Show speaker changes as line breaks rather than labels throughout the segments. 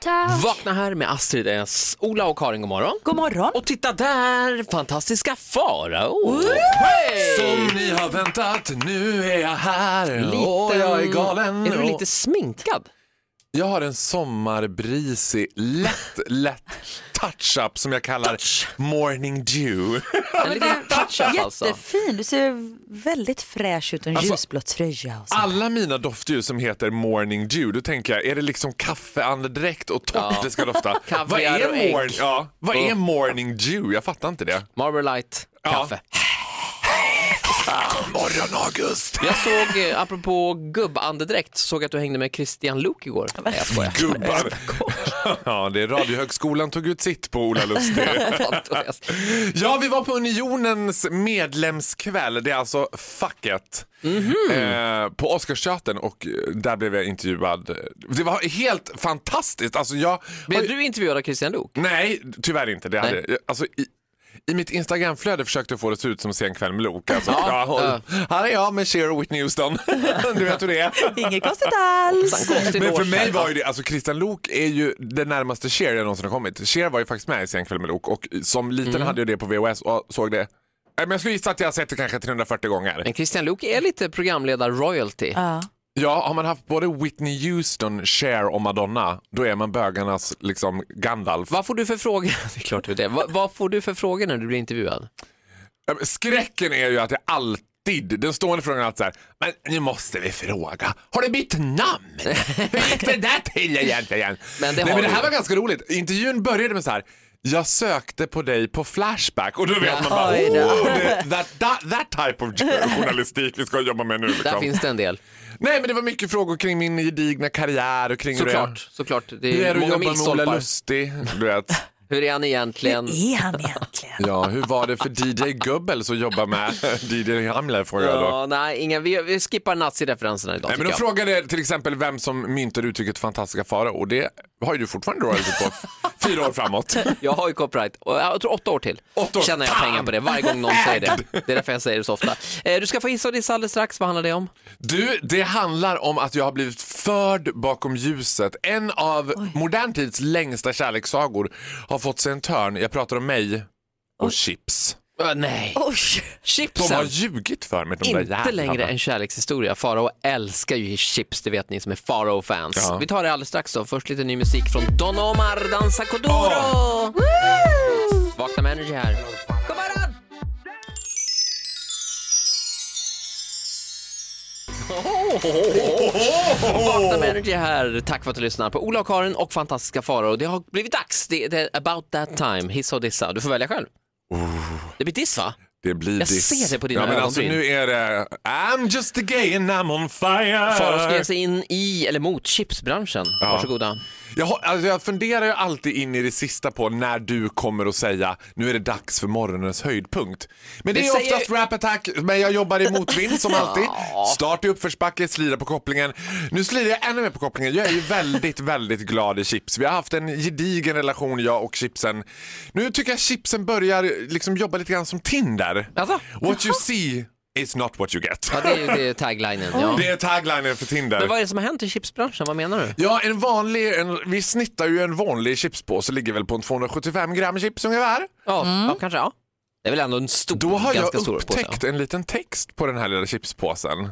tack.
Vakna här med Astrid eh, S, Ola och Karin, god morgon.
God morgon.
Och titta där, fantastiska Farao! Hey!
Som ni har väntat, nu är jag här och jag är galen.
Är du
och-
lite sminkad?
Jag har en sommarbrisig, lätt, lätt touch-up som jag kallar morning dew.
En liten touch-up alltså.
Jättefin. Du ser väldigt fräsch ut och en
Alltså,
ljusblått tröja.
Ah,
Och så.
Alla mina doftljus som heter morning dew, då tänker jag, är det liksom kaffeandedräkt och torrt det ska dofta? vad
Kaviar och
är,
ägg.
morning, ja, vad är
Och-
morning dew? Jag fattar inte det.
Marble light,
Ja.
kaffe.
Morgon August!
Jag såg, eh, apropå gubbandedräkt, såg jag att du hängde med Christian Luuk igår. Nej, jag skojar.
Gubbar. ja, det är Radiohögskolan tog ut sitt på Ola Lustig.
Fantastiskt.
Ja, vi var på Unionens medlemskväll. Det är alltså facket. Eh, på Oscarsteatern och eh, där blev jag intervjuad. Det var helt fantastiskt. Alltså jag... har
Blev
ju-
du intervjuad av Christian Luuk?
Nej, tyvärr inte. Det hade... alltså, i... I mitt Instagramflöde försökte jag få det att se ut som en sen kväll med Luke. Alltså, ja, och, här är jag med Cher och Whitney Houston. du vet hur det är.
Inget konstigt alls.
Men för mig var ju det, alltså Christian Lok är ju det närmaste Cher jag någonsin har kommit. Cher var ju faktiskt med i Sen kväll med Lok och som liten hade jag det på VHS och såg det. Nej, Men jag skulle gissa att jag har sett det kanske 340 gånger.
Men Christian Luuk är lite programledar-royalty.
Ja.
Ja, har man haft både Whitney Houston, Cher och Madonna, då är man bögarnas liksom Gandalf.
Vad får du för frågor? Det är klart du det. Vad, vad får du för frågor när du blir intervjuad?
Ja, men Skräcken är ju att jag alltid, den stående frågan är alltid så här, men nu måste vi fråga, har du bytt namn? Hur gick det där till egentligen?
Men det
Nej,
har
men det
du.
här var ganska roligt, intervjun började med så här, jag sökte på dig på Flashback och då vet man bara,
Oj då.
oh, det, that, that, that type of journalistik vi ska jobba med nu.
Där
Liksom.
finns det en del.
Nej men det var mycket frågor kring min gedigna karriär och kring
Såklart, såklart.
hur
Det
det är,
är
hur är det
många
att jobba med Ola
milstolpar.
Lustig, du vet.
Hur är han egentligen?
Är han egentligen?
Ja, hur var det för DJ Gubbels att jobba med DJ Hamler får jag då.
Ja, nej, ingen, vi, vi skippar nazireferenserna idag
Nej, men
tycker
de
jag.
frågade till exempel vem som myntade uttrycket fantastiska fara och det har ju du fortfarande royalty på f- fyra år framåt.
Jag har ju copyright, och jag tror åtta år till.
Åtta år,
Tjänar jag
fan!
pengar på det varje gång någon säger det. Det är därför jag säger det så ofta. Eh, Du ska få gissa och dissa alldeles strax, vad handlar det om?
Du, det handlar om att jag har blivit förd bakom ljuset. En av modern tids längsta kärlekssagor har fått sig en törn. Jag pratar om mig och Chips.
Eh, Nej.
Oj.
De har
Chipsen!
ljugit för mig, de där
Inte
jävlarna.
längre en kärlekshistoria. Farao älskar ju chips, det vet ni som är Farao-fans.
Ja.
Vi tar det alldeles strax då. Först lite ny musik från Don Omar, Danza Codoro! Vakna med Energy här. God morgon! Vakna med Energy här. Tack för att du lyssnar på Ola och Karin och fantastiska Farao. Det har blivit dags. Det det är about that time. Hissa och dissa. Du får välja själv. Det blir diss va?
Det blir
Jag
diss.
ser det på dina
ja, men alltså,
ögonbryn.
Nu är det I'm just a gay and I'm on fire.
Farao ska ge sig in i, eller mot, chipsbranschen.
Ja.
Varsågoda.
Jag, har- alltså jag funderar ju alltid in i det sista på när du kommer att säga nu är det dags för morgonens höjdpunkt. Men det,
Det
är
säger-
oftast rap attack, men jag jobbar i motvind som alltid. Start i uppförsbacke, slira på kopplingen. Nu slirar jag ännu mer på kopplingen. Jag är ju väldigt, väldigt glad i chips. Vi har haft en gedigen relation jag och chipsen. Nu tycker jag chipsen börjar liksom jobba lite grann som Tinder.
Alltså?
What you see is not what you get.
Ja, det är ju det är taglinen. Ja.
Det är taglinen för Tinder.
Men vad är det som har hänt i chipsbranschen? Vad menar du?
Ja, en vanlig, en, vi snittar ju en vanlig chipspåse, ligger väl på en 275 gram chips ungefär.
Ja, ja kanske ja. Det är väl ändå en stor,
Då har
ganska
jag
stor påse.
upptäckt en liten text på den här lilla chipspåsen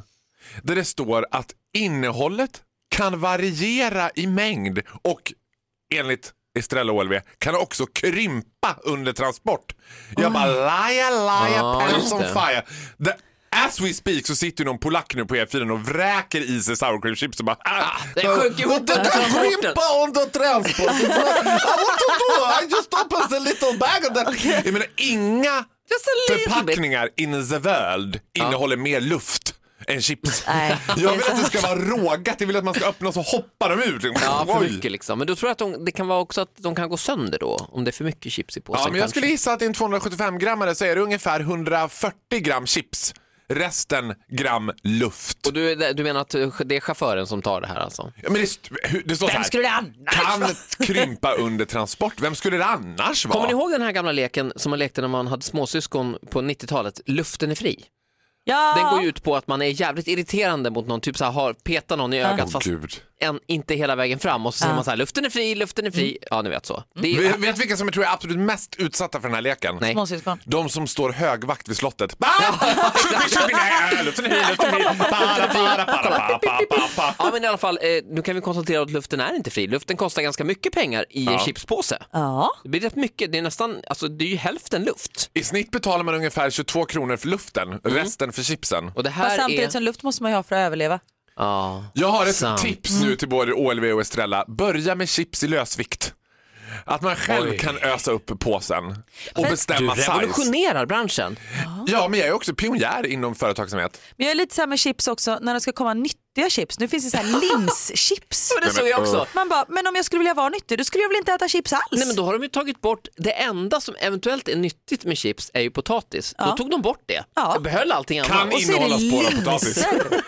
där det står att innehållet kan variera i mängd och enligt Estrella OLV kan också krympa under transport. Jag bara laja, laja,
Ah,
pants
just
on
det.
fire. The, as we speak så sitter ju någon polack nu på E4 och vräker i sig sour cream chips och bara ah,
det sjönk ihop
Det
under
kan
transporten."
krympa under transport. I want to do, I just opened a little bag of that. Jag menar inga
Just a little bit.
förpackningar in the world innehåller mer luft än chips.
Äh.
Nej.
Jag vill att det ska vara rågat, jag vill att man ska öppna och så hoppar de ut.
Ja, för
Oj.
mycket liksom. Men då tror jag att de, det kan vara också att de kan gå sönder då, om det är för mycket chips i påsen.
Ja, men jag
kanske.
skulle gissa att i en 275-grammare så är det ungefär 140 gram chips, resten gram luft.
Och du, är- du menar att det är chauffören som tar det här alltså?
Ja, Men det, st- hur- det står så
Vem
här.
skulle det annars
Kan
vara?
krympa under transport. Vem skulle det annars vara?
Kommer ni ihåg den här gamla leken som man lekte när man hade småsyskon på 90-talet? Luften är fri.
Ja.
Den går ju ut på att man är jävligt irriterande mot någon, typ så här, har, petar någon i ögat
Åh
fast
gud.
en, inte hela vägen fram och så säger man så här, luften är fri, luften är fri.
Mm.
Ja, ni vet så. Det är,
Vet, vet vilka som jag tror är absolut mest utsatta för den här leken?
Nej.
Småsyskon.
De som står högvakt vid slottet. Ba! Tjupi, tjupi, nej, äh, luften är fri, luften är fri. Para, para, para, para, para, para, para.
Ja men i alla fall, eh, nu kan vi konstatera att luften är inte fri. Luften kostar ganska mycket pengar i en chipspåse.
Ja.
Det blir rätt mycket, det är nästan, alltså det är ju hälften luft.
I snitt betalar man ungefär 22 kronor för luften,
Mm.
resten för chipsen.
Och det
Fast
här
samtidigt
är...
som luft måste man ju ha för att överleva.
Ja.
Jag har ett
Sant.
tips nu till både OLV och Estrella. Börja med chips i lösvikt. Att man själv
Oj.
kan ösa upp påsen och
Du
bestämma size.
revolutionerar branschen.
Ja, men jag är också pionjär inom företagsamhet.
Men jag är lite så här med chips också, när det ska komma nyttiga chips. Nu finns det så här linschips.
Men det såg jag också.
Man bara, men om jag skulle vilja vara nyttig då skulle jag väl inte äta chips alls?
Nej men då har de ju tagit bort, det enda som eventuellt är nyttigt med chips är ju potatis. Då tog de bort det.
Ja.
Behöll allting annat.
Kan
och så är det
innehålla spår av potatis.
linser.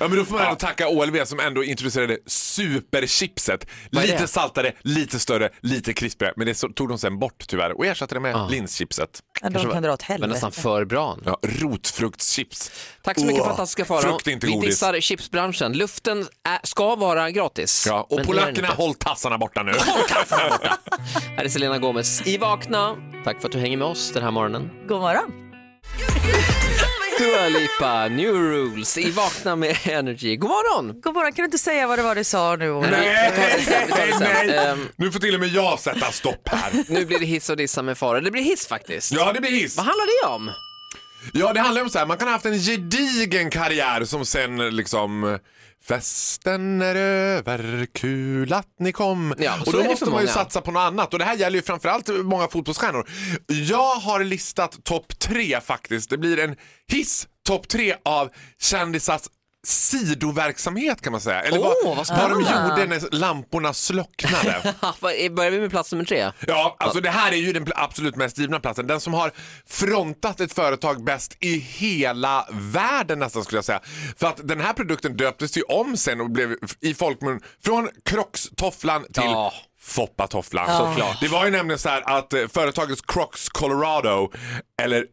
Ja, men då får man ändå tacka OLV som ändå introducerade superchipset.
är
Lite
det?
saltare, lite större, lite krispigare. Men det så- tog de sen bort tyvärr och ersatte det med linschipset.
Men de kan dra åt
Men nästan
helvete.
för bra.
Ja, rotfruktschips.
Tack så mycket
Åh,
fantastiska Farao.
Frukt är inte
Vi
godis.
dissar chipsbranschen. Luften är, ska vara gratis.
Ja,
men
och
det är den
polackerna,
inte.
håll tassarna borta nu.
Här är Selena Gomez i Vakna. Tack för att du hänger med oss den här morgonen.
God morgon.
Dua Lipa, New Rules i Vakna med Energy. God morgon!
God morgon, kan du inte säga vad det var du sa nu? Ola?
Nej, vi tar det sen, vi tar det sen.
nej.
Ehm,
Nu får till och med jag sätta stopp här.
Nu blir det hiss och dissa med Farao. Det blir hiss faktiskt.
Ja, det blir hiss.
Vad handlar det om?
Ja, det handlar om så här, man kan ha haft en gedigen karriär som sen liksom Festen är över, kul att ni kom.
Ja, så
och då
är det
måste
för
man ju
många.
satsa på något annat. Och det här gäller ju framförallt många fotbollsstjärnor. Jag har listat topp tre faktiskt. Det blir en hiss topp tre av kändisars sidoverksamhet kan man säga. Eller
Åh, vad
vad, vad de
spännande.
gjorde när lamporna slocknade.
Ha, vad- eh, Börjar vi med plats nummer tre?
Ja, alltså det här är ju den pl- absolut mest givna platsen. Den som har frontat ett företag bäst i hela världen nästan skulle jag säga. För att den här produkten döptes ju om sen och blev f- i folkmun från Crocs-tofflan till
Ja.
Foppatofflan.
Såklart.
Det var ju nämligen så här att eh, företaget Crocs Colorado, eller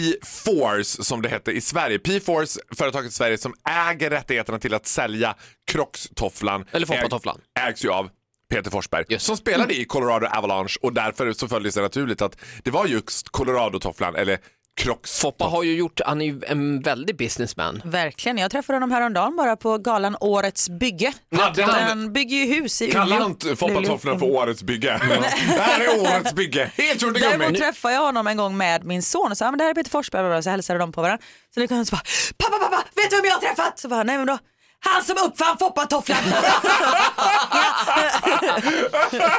P-Force som det hette i Sverige. P-Force, företaget i Sverige som äger rättigheterna till att sälja Crocs-tofflan.
Eller
äg-
Foppatofflan.
ägs ju av Peter Forsberg
Just.
som spelade i Colorado Avalanche och därför så följde det sig naturligt att det var just Colorado-tofflan eller Crocs.
Foppa har ju gjort, han är ju en väldig businessman.
Verkligen, jag träffade honom häromdagen bara på galan Årets bygge.
Hade han-
Den bygger ju hus i Umeå.
Kalla inte Foppatofflorna för eh, årets bygge. det här är årets bygge. Helt gjort i
Däremot
gummi.
träffade jag honom en gång med min son och sa "Ja, men det här är Peter Forsberg och så hälsade de på varandra. Så nu kom han och så bara pappa pappa vet du vem jag har träffat? Så bara nej men då han som uppfann foppatofflan.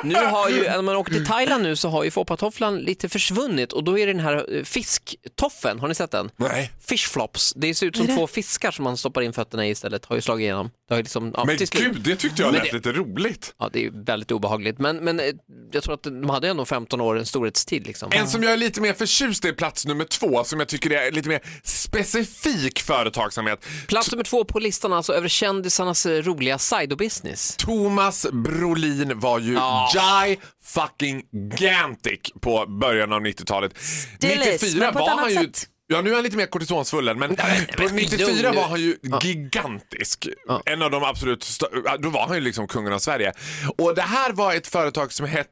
Nu har ju, när man åker till Thailand nu så har ju Foppatofflan lite försvunnit och då är det den här eh, fisktoffen, har ni sett den?
Nej.
Fish flops, det ser ut som två fiskar som man stoppar in fötterna i istället, har ju slagit igenom. Det har ju liksom, ja,
Men
till slut.
gud, det tyckte jag
Men
lät
det-
lite roligt.
Ja, det är ju väldigt obehagligt, men, men eh, jag tror att de hade ändå 15 år en storhetstid. Liksom.
En som jag är lite mer förtjust i är plats nummer två som jag tycker är lite mer specifik företagsamhet.
Plats nummer två på listan alltså över kändisarnas eh, roliga side-business.
Thomas Brolin var ju guy fucking gantic på början av 90-talet.
Still is, men på ett
var
annat
han ju...
sätt.
Ja, nu är han lite mer kortisonsvullen, men på
men lugn
94
nu.
var han ju gigantisk. En av de absolut stö- ja, Då var han ju liksom kungen av Sverige. Och det här var ett företag som hette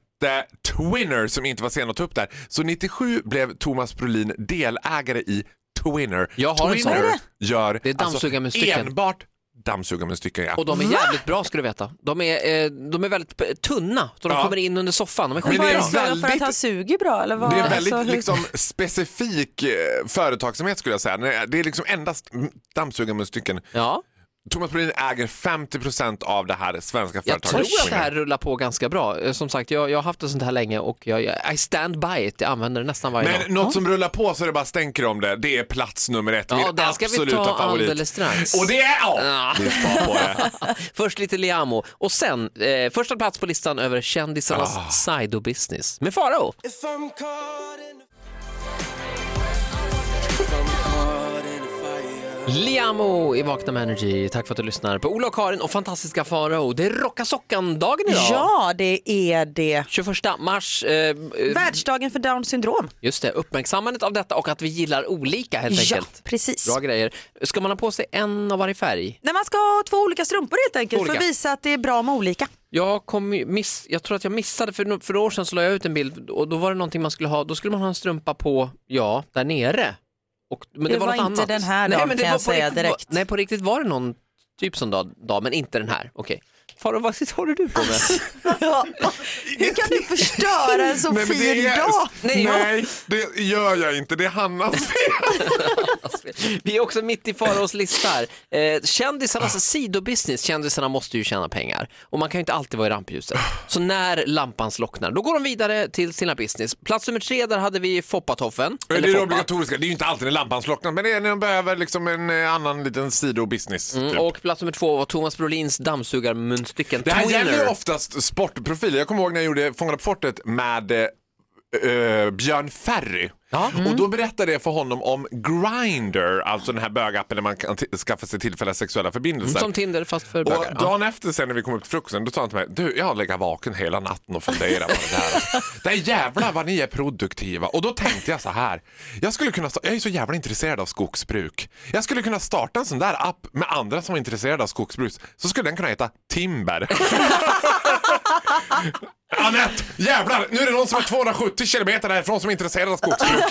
Twinner som inte var sen att ta upp där. Så 97 blev Thomas Brolin delägare i Twinner.
Jag har en sån.
Twinner
Vad är
gör
Det är dammsugarmunstycken.
Alltså, enbart dammsugarmunstycken, ja.
Och de är jävligt bra ska du veta. De är, eh, de är väldigt p- tunna, så de
Ja.
kommer in under soffan. De är
Men
Vad är
skitbra.
det väldigt... för att
väldigt-
han suger bra eller vad?
Det är väldigt
Alltså, hur-
liksom, specifik eh, företagsamhet skulle jag säga. Nej, Det är liksom endast mm, dammsugarmunstycken.
Ja,
Thomas Brolin äger 50 av det här svenska
jag tror
företaget.
att det här rullar på ganska bra. Eh, Som sagt, jag, jag har haft det sånt här länge och jag, jag, I stand by it. Jag använder det nästan varje dag.
Men något som rullar på så det bara stänker om det, det är plats nummer ett.
Ja,
min
den ska vi
absoluta
ta
favorit.
alldeles strax.
Och det är...
Ja.
Ja, det är spa på det.
Först lite Liamo och sen eh, första plats på listan över kändisarnas
Ah.
sidobusiness med Farao. Liamo i Vakna med Energy. Tack för att du lyssnar på Ola och Karin och fantastiska Farao. Det är Rocka Sockan-dagen idag.
Ja, det är det.
21 mars. Eh, eh,
Världsdagen för Downs syndrom.
just det, uppmärksammandet av detta och att vi gillar olika helt
Ja,
enkelt.
precis.
Bra grejer. Ska man ha på sig en av varje färg?
Nej, man ska ha två olika strumpor helt enkelt för
Olika.
att visa att det är bra med olika.
Jag, kom, ju- miss, jag tror att jag missade, för, no- för några år sedan så la jag ut en bild och då var det någonting man skulle ha, då skulle man ha en strumpa på, ja, där nere. Och, men det,
Det
var,
var
något
inte
annat.
den här dagen, kan
var
jag
på
säga
riktigt,
direkt.
Var, nej, på riktigt var det någon typ sån dag, dag men inte den här. Okej. Farao, vad sitter- håller du på med?
Ja. Hur kan du förstöra en så
Nej, men
fin
det är-
dag?
Nej, jag-
Nej, det gör jag inte. Det är Hannas fel.
Vi är också mitt i Faraos lista här. Eh, kändisarnas sidobusiness, kändisarna måste ju tjäna pengar och man kan ju inte alltid vara i rampljuset. Så när lampan slocknar, då går de vidare till sina business. Plats nummer tre, där hade vi Foppatoffen.
Det är det
Foppa.
obligatoriska. Det är ju inte alltid när lampan slocknar, men det är när de behöver liksom en eh, annan liten sidobusiness. typ.
Mm, Och plats nummer två var Thomas Brolins dammsugarmunstycken
Det här gäller ju
Twinner.
oftast sportprofiler. Jag kommer ihåg när jag gjorde Fångarna på fortet med eh, eh, Björn Ferry.
Ja. Mm.
Och då berättade jag för honom om Grindr, alltså den här bögappen där man kan t- skaffa sig tillfälliga sexuella förbindelser.
Mm, Som Tinder fast för
och
bögar. Ja.
dagen efter sen när vi kom upp till frukosten då sa han till mig, du jag har legat vaken hela natten och funderat på det här. det är jävlar vad ni är produktiva. Och då tänkte jag så här, jag skulle kunna, sta- jag är så jävla intresserad av skogsbruk. Jag skulle kunna starta en sån där app med andra som är intresserade av skogsbruk. Så skulle den kunna heta Timber. Anette, jävlar! Nu är det någon som är 270 kilometer härifrån som är intresserad av skogsbruk.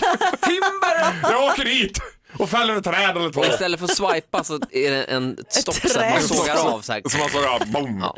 Timber!
Jag åker dit och fäller ett träd eller två.
Och istället för att swipa så är det en stopp som
träd.
man sågar av så här.
Som man sågar av, boom.
Ja.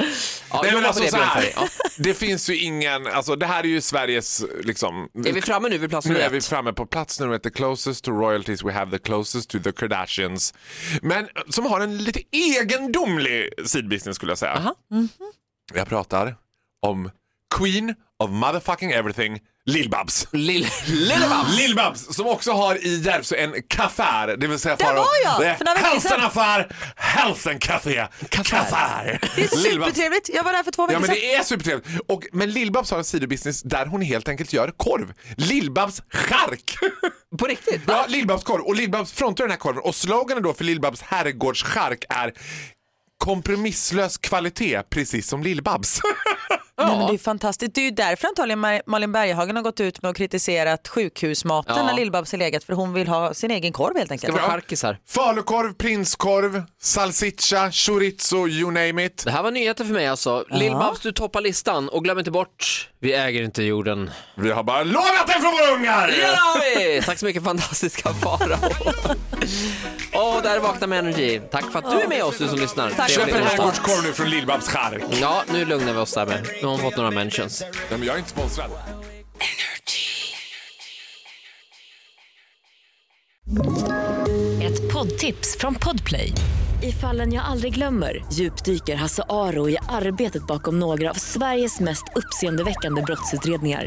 Ja,
Nej,
jobba
men
på
alltså,
det,
så
Björn
här,
Ferry. Ja.
det finns ju ingen, alltså det här är ju Sveriges liksom...
Är vi framme nu vid plats
nu
nummer
är vi
ett?
framme på plats nummer ett, the closest to royalties we have, the closest to the Kardashians. Men som har en lite egendomlig sidbusiness skulle jag säga. Mm-hmm.
Aha.
Jag pratar om Queen of motherfucking everything, Lill-Babs.
Lill- Lill-Babs!
Lill-Babs som också har i Järvsö en kaffär, det vill säga
Där var jag,
det är
för några veckor
hälften
sedan.
affär, hälften kafé, kaffär.
Det är
Lill-Babs.
supertrevligt. Jag var där för två
Ja
veckor
men
sedan.
det är supertrevligt. Och, men Lill-Babs har en sidobusiness där hon helt enkelt gör korv. Lill-Babs chark!
På riktigt?
ja, Lill-Babs korv. Och Lill-Babs frontar den här korven. Och sloganen då för Lill-Babs herrgårdschark är kompromisslös kvalitet, precis som Lill-Babs.
Nej, men det är fantastiskt. Det är ju därför antagligen Mar- Malin Berghagen har gått ut med och kritiserat sjukhusmaten
Ja.
när Lill-Babs har legat för hon vill ha sin egen korv helt
Det
enkelt.
var charkisar.
Falukorv, prinskorv, salsiccia, chorizo, you name it.
Det här var nyheter för mig alltså. Lill-Babs, du toppar listan och glöm inte bort, vi äger inte jorden.
Vi har bara lånat den från våra ungar!
Det har vi! Tack så mycket fantastiska Farao. Åh, där är Vakna med Energy. Tack för att du är med oss, du som lyssnar.
Tack.
Trevlig
Köp en
onsdag.
herrgårdskorv nu från Lill-Babs chark.
Ja, nu lugnar vi oss där med. Nu har hon fått några mentions.
Nej men jag är inte sponsrad.
Ett poddtips från Podplay. I fallen jag aldrig glömmer djupdyker Hasse Aro i arbetet bakom några av Sveriges mest uppseendeväckande brottsutredningar.